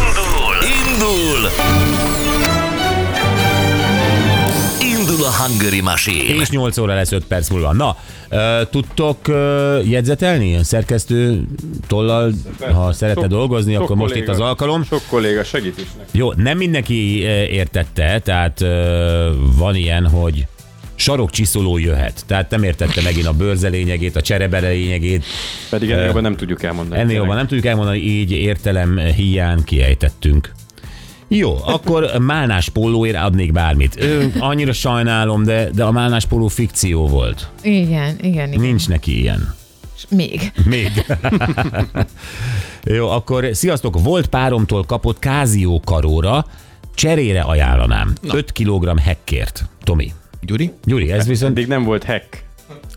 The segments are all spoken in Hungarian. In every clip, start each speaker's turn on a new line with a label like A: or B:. A: Indul! Indul! Indul a Hungary Machine!
B: És 8 óra lesz 5 perc múlva. Na, ö, tudtok ö, jegyzetelni? Szerkesztő tollal, ha szeretne
C: Sok-
B: dolgozni,
C: sok
B: akkor most itt
C: kolléga-
B: az alkalom.
C: Sok kolléga segít is neki.
B: Jó, nem mindenki eh, értette, tehát ö, van ilyen, hogy sarokcsiszoló jöhet. Tehát nem értette megint a bőrze lényegét, a cserebere lényegét.
C: Pedig ennél jobban nem tudjuk elmondani.
B: Eh, Ennél jobban nem tudjuk elmondani, így értelem hiány kiejtettünk. Jó, akkor málnás pólóért adnék bármit. Ö, annyira sajnálom, de, de a málnás póló fikció volt.
D: Igen, igen, igen.
B: Nincs neki ilyen.
D: S Még.
B: Még. Jó, akkor sziasztok, volt páromtól kapott kázió karóra, cserére ajánlanám. Na. 5 kg hekkért. Tomi.
E: Gyuri?
B: Gyuri, ez viszont...
C: Eddig nem volt hack.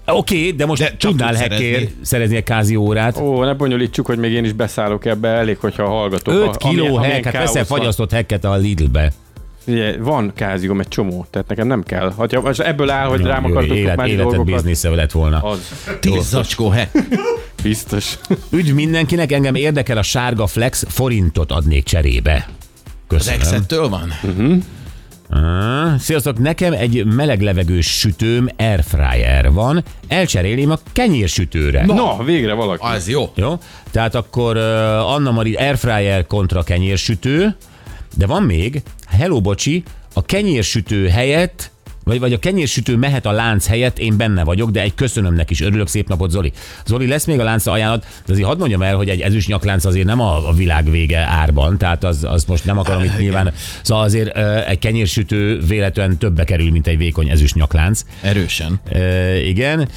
B: Oké, okay, de most de
E: De csak
B: tudnál
E: tud
B: hekkért
E: szerezni.
B: szerezni egy kázió órát.
C: Ó, ne bonyolítsuk, hogy még én is beszállok ebbe, elég, hogyha hallgatok.
B: 5
C: A-
B: kiló hekket, veszel
C: káosz van.
B: fagyasztott hekket a Lidlbe.
C: Ugye, van kázium egy csomó, tehát nekem nem kell. Ha ha most ebből áll, hogy
B: Jó,
C: rám
B: Gyuri,
C: akartok
B: élet,
C: más
B: életed
C: dolgokat,
B: biznisze lett volna.
C: az
E: Tíz zacskó, he.
C: biztos.
B: Üdv mindenkinek, engem érdekel a sárga flex, forintot adnék cserébe.
E: Az
B: Köszönöm.
E: exettől van?
B: Ah, Sziasztok, nekem egy meleg levegős sütőm, airfryer van, elcserélém a kenyérsütőre.
C: Na, végre valaki.
E: Az jó.
B: Jó? Tehát akkor uh, Anna Mari airfryer kontra kenyérsütő, de van még, hello bocsi, a kenyérsütő helyett, vagy, vagy a kenyérsütő mehet a lánc helyett, én benne vagyok, de egy köszönömnek is. Örülök, szép napot, Zoli. Zoli, lesz még a lánca ajánlat, de azért hadd mondjam el, hogy egy ezüst nyaklánc azért nem a, a világ vége árban, tehát az, az most nem akarom itt nyilván. Szóval azért uh, egy kenyérsütő véletlenül többe kerül, mint egy vékony ezüst nyaklánc.
E: Erősen.
B: E, igen,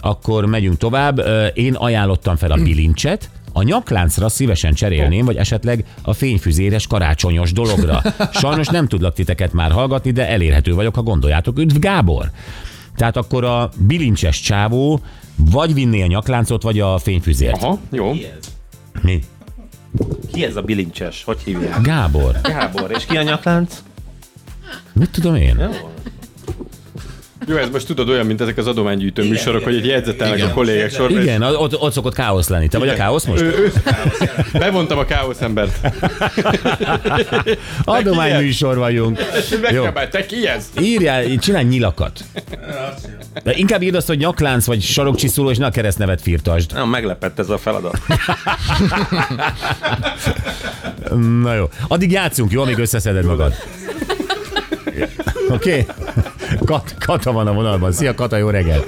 B: akkor megyünk tovább. E, Én ajánlottam fel a bilincset, a nyakláncra szívesen cserélném, vagy esetleg a fényfüzéres karácsonyos dologra. Sajnos nem tudlak titeket már hallgatni, de elérhető vagyok, ha gondoljátok. Üdv Gábor! Tehát akkor a bilincses csávó vagy vinné a nyakláncot, vagy a fényfüzért.
C: Aha, jó.
B: Mi?
F: Ki ez a bilincses? Hogy hívják?
B: Gábor,
F: Gábor. És ki a nyaklánc?
B: mit tudom én?
C: Jó, ez most tudod olyan, mint ezek az adománygyűjtő műsorok, hogy egy jegyzetelnek
E: igen.
C: a kollégák sorba.
B: Igen, az- ott, ott szokott káosz lenni. Te vagy a káosz most?
C: Ő, ő, bevontam a káosz embert.
B: Adományműsor vagyunk. Jó.
C: Megkabál, te ki ez?
B: Írjál, csinálj nyilakat. De inkább írd azt, hogy nyaklánc vagy sarokcsiszoló, és ne a keresztnevet firtasd.
F: Nem, meglepett ez a feladat.
B: Na jó. Addig játszunk, jó, amíg összeszeded magad. Oké? Okay? Kat, Kata van a vonalban. Szia, Kata, jó reggel.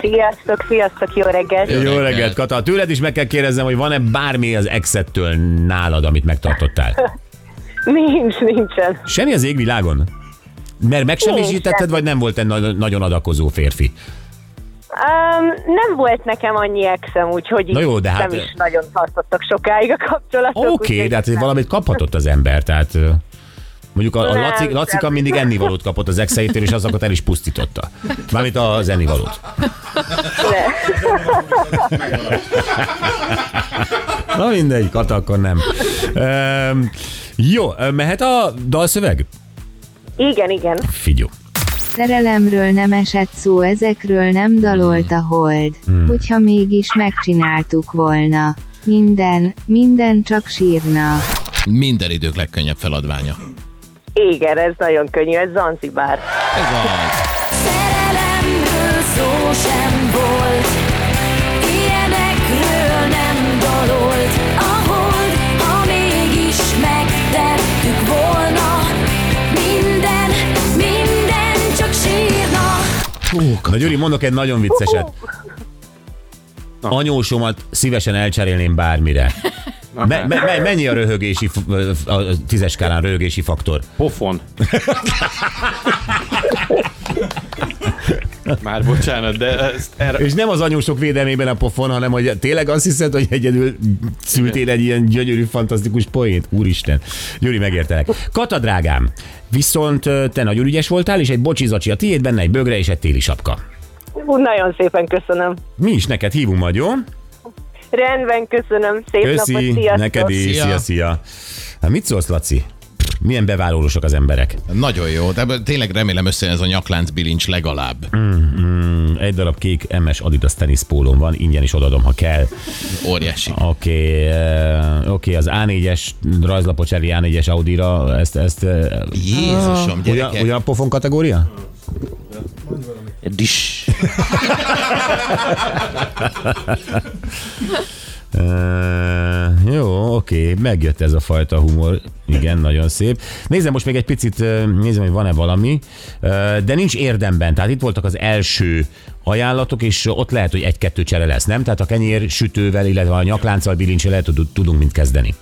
G: Sziasztok, sziasztok, jó reggelt!
B: Jó reggelt, Kata. Tőled is meg kell kérdeznem, hogy van-e bármi az exettől nálad, amit megtartottál?
G: Nincs, nincsen.
B: Semmi az égvilágon? Mert megsemmisítetted, vagy nem volt egy na- nagyon adakozó férfi?
G: Um, nem volt nekem annyi exem, úgyhogy
B: Na
G: így
B: jó, de hát-
G: nem is nagyon tartottak sokáig a kapcsolatok.
B: Oké, okay,
G: úgyhogy
B: de hát
G: nem.
B: valamit kaphatott az ember, tehát ö, mondjuk a, a
G: Nem,
B: Laci, Lacika
G: nem.
B: mindig ennivalót kapott az exeitől, és azokat el is pusztította. Mármint az ennivalót. Na mindegy, Kata, akkor nem. Um, jó, ö, mehet a dalszöveg?
G: Igen, igen.
B: Figyú.
H: Szerelemről nem esett szó, ezekről nem dalolt a hold. Hogyha mégis megcsináltuk volna. Minden, minden csak sírna.
E: Minden idők legkönnyebb feladványa.
G: Igen, ez nagyon könnyű, ez Zanzibár.
E: Ez az.
I: Szerelemről szó sem volt, ilyenekről nem dalolt a hold, ha mégis megtettük volna, minden, minden csak sírna.
B: Na Gyuri, mondok egy nagyon vicceset. Anyósomat szívesen elcserélném bármire. Me- me- me- mennyi a röhögési, f- a a tízes skálán röhögési faktor?
C: Pofon. Már bocsánat, de ezt erre...
B: És nem az anyósok védelmében a pofon, hanem hogy tényleg azt hiszed, hogy egyedül szültél egy ilyen gyönyörű, fantasztikus poént. Úristen. Gyuri, megértelek. Kata, drágám, viszont ö, te nagyon ügyes voltál, és egy bocsizacsi a tiéd, benne egy bögre és egy téli sapka.
G: Ú, nagyon szépen köszönöm.
B: Mi is neked hívunk majd, jó?
G: Rendben, köszönöm, szép napot,
B: Köszi,
G: sziasztok!
B: neked is.
E: Szia.
B: Szia, szia. Hát mit szólsz, Laci? Milyen bevállalósok az emberek.
E: Nagyon jó, de ebből tényleg remélem összejön ez a nyaklánc bilincs legalább.
B: Mm, Egy darab kék MS Adidas teniszpólom van, ingyen is odadom, ha kell.
E: Óriási.
B: Oké, okay, oké, oké, az A4-es rajzlapot elé A4-es Audira, ezt, ezt eh,
E: Jézusom,
B: ugyan,
E: gyerekek.
B: ugyan pofon kategória?
F: Dis.
B: Uh, jó, oké, megjött ez a fajta humor. Igen, nagyon szép. Nézem most még egy picit, ö, nézem, hogy van-e valami, Ö, de nincs érdemben. Tehát itt voltak az első ajánlatok, és ott lehet, hogy egy-kettő csere lesz, nem? Tehát a kenyér sütővel, illetve a nyaklánccal, bilincsel lehet, tud- tudunk mind kezdeni.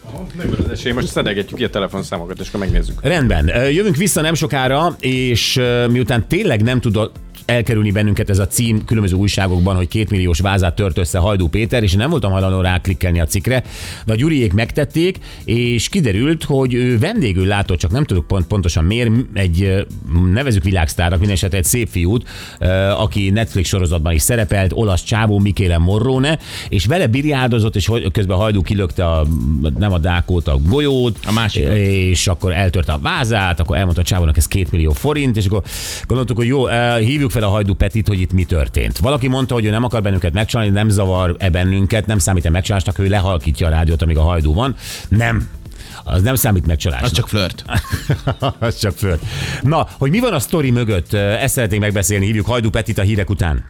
C: Az esély, most szedegetjük ki a telefonszámokat, és akkor megnézzük.
B: Rendben, Ö, jövünk vissza nem sokára, és ö, miután tényleg nem tudott elkerülni bennünket ez a cím különböző újságokban, hogy kétmilliós vázát tört össze Hajdú Péter, és én nem voltam hajlandó ráklikkelni a cikkre, de a Gyuriék megtették, és kiderült, hogy ő vendégül látott, csak nem tudok pont, pontosan miért, egy ö, nevezük világsztárnak, minden esetre egy szép fiút, ö, aki Netflix sorozatban is szerepelt, olasz csávó Mikéle Morrone, és vele birjáldozott, és hogy- közben Hajdú kilökte a, nem a dákót, a golyót,
E: A másikat.
B: és akkor eltörte a vázát, akkor elmondta a csávónak, ez két millió forint, és akkor gondoltuk, hogy jó, eh, hívjuk fel a Hajdú Petit, hogy itt mi történt. Valaki mondta, hogy ő nem akar bennünket megcsalni, nem zavar e bennünket, nem számít-e megcsalásnak, ő lehalkítja a rádiót, amíg a Hajdú van. Nem. Az nem számít megcsalásnak.
E: Az csak flört.
B: az csak föl. Na, hogy mi van a sztori mögött, eh, ezt szeretnénk megbeszélni, hívjuk Hajdú Petit a hírek után.